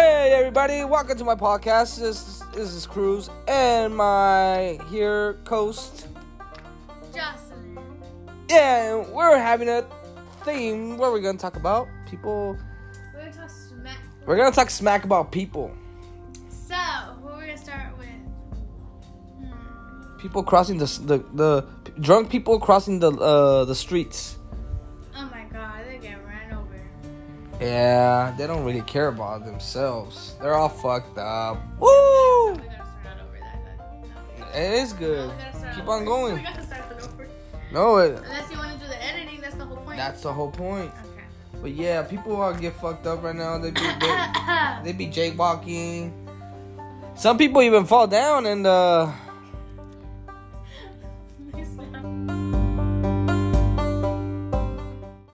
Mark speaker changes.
Speaker 1: everybody, welcome to my podcast. This, this is Cruz and my here coast.
Speaker 2: Jocelyn.
Speaker 1: Yeah, and we're having a theme where we're gonna talk about people.
Speaker 2: We're gonna talk smack.
Speaker 1: We're gonna talk smack about people.
Speaker 2: So, what we're gonna start with? Hmm.
Speaker 1: People crossing the s- the, the drunk people crossing the uh, the streets.
Speaker 2: Oh my god, they're getting ran over.
Speaker 1: Yeah, they don't really care about themselves. They're all fucked up. Woo!
Speaker 2: We gotta start out over that. that- no.
Speaker 1: It is
Speaker 2: No,
Speaker 1: good.
Speaker 2: we gotta start
Speaker 1: Keep
Speaker 2: over.
Speaker 1: on
Speaker 2: We
Speaker 1: going.
Speaker 2: gotta start it over.
Speaker 1: No, it,
Speaker 2: Unless you wanna do the editing, that's the whole point.
Speaker 1: that's the whole point.
Speaker 2: Okay.
Speaker 1: But yeah, people all get fucked up right now. They be they, they be jaywalking. Some people even fall down and uh,